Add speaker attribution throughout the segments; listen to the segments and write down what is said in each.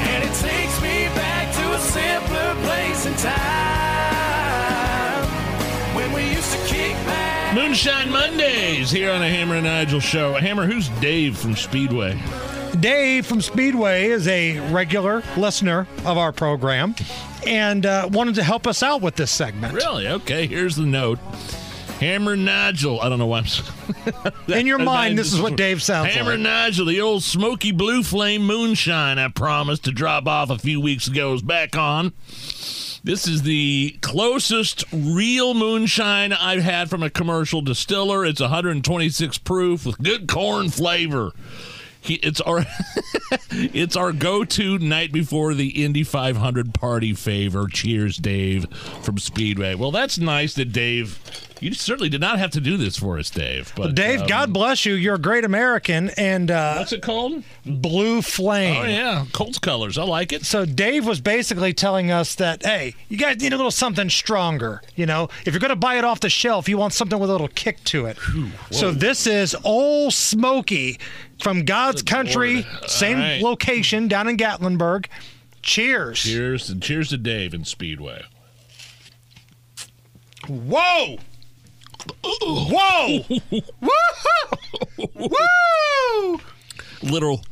Speaker 1: And it takes me back to a simpler place in time when we used to kick back.
Speaker 2: Moonshine Mondays here on the Hammer and Nigel show. Hammer, who's Dave from Speedway?
Speaker 3: Dave from Speedway is a regular listener of our program and uh, wanted to help us out with this segment.
Speaker 2: Really? Okay, here's the note. Hammer Nigel. I don't know why. I'm
Speaker 3: In your mind, this is what Dave sounds
Speaker 2: Hammer
Speaker 3: like.
Speaker 2: Nigel, the old smoky blue flame moonshine I promised to drop off a few weeks ago is back on. This is the closest real moonshine I've had from a commercial distiller. It's 126 proof with good corn flavor. He, it's our it's our go-to night before the Indy 500 party favor. Cheers, Dave from Speedway. Well, that's nice that Dave. You certainly did not have to do this for us, Dave. But
Speaker 3: Dave,
Speaker 2: um,
Speaker 3: God bless you. You're a great American and uh,
Speaker 2: what's it called?
Speaker 3: blue flame.
Speaker 2: Oh yeah, Colts colors. I like it.
Speaker 3: So Dave was basically telling us that, hey, you guys need a little something stronger. You know, if you're going to buy it off the shelf, you want something with a little kick to it. so this is Old Smoky from God's Country,
Speaker 2: Lord.
Speaker 3: same
Speaker 2: All right.
Speaker 3: location down in Gatlinburg. Cheers.
Speaker 2: Cheers and cheers to Dave in Speedway.
Speaker 3: Whoa! Whoa! Woo-hoo! Woo!
Speaker 2: Literal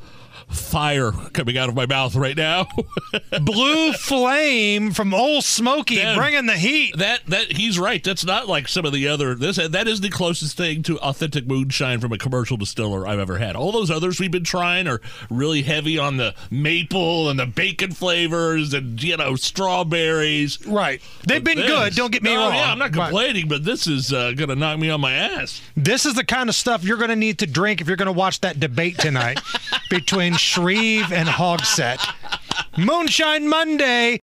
Speaker 2: fire coming out of my mouth right now.
Speaker 3: Blue flame from Old Smoky
Speaker 2: Damn.
Speaker 3: bringing the heat.
Speaker 2: that that he's right. That's not like some of the other. This that is the closest thing to authentic moonshine from a commercial distiller I've ever had. All those others we've been trying are really heavy on the maple and the bacon flavors and you know strawberries.
Speaker 3: Right. They've been
Speaker 2: This-
Speaker 3: good, don't get me
Speaker 2: No,
Speaker 3: wrong.
Speaker 2: Yeah, I'm not
Speaker 3: Right.
Speaker 2: complaining, but this is uh, gonna knock me on my ass.
Speaker 3: This is the kind of stuff you're going to need to drink if you're going to watch that debate tonight between Shreve and Hogsett. Moonshine Monday.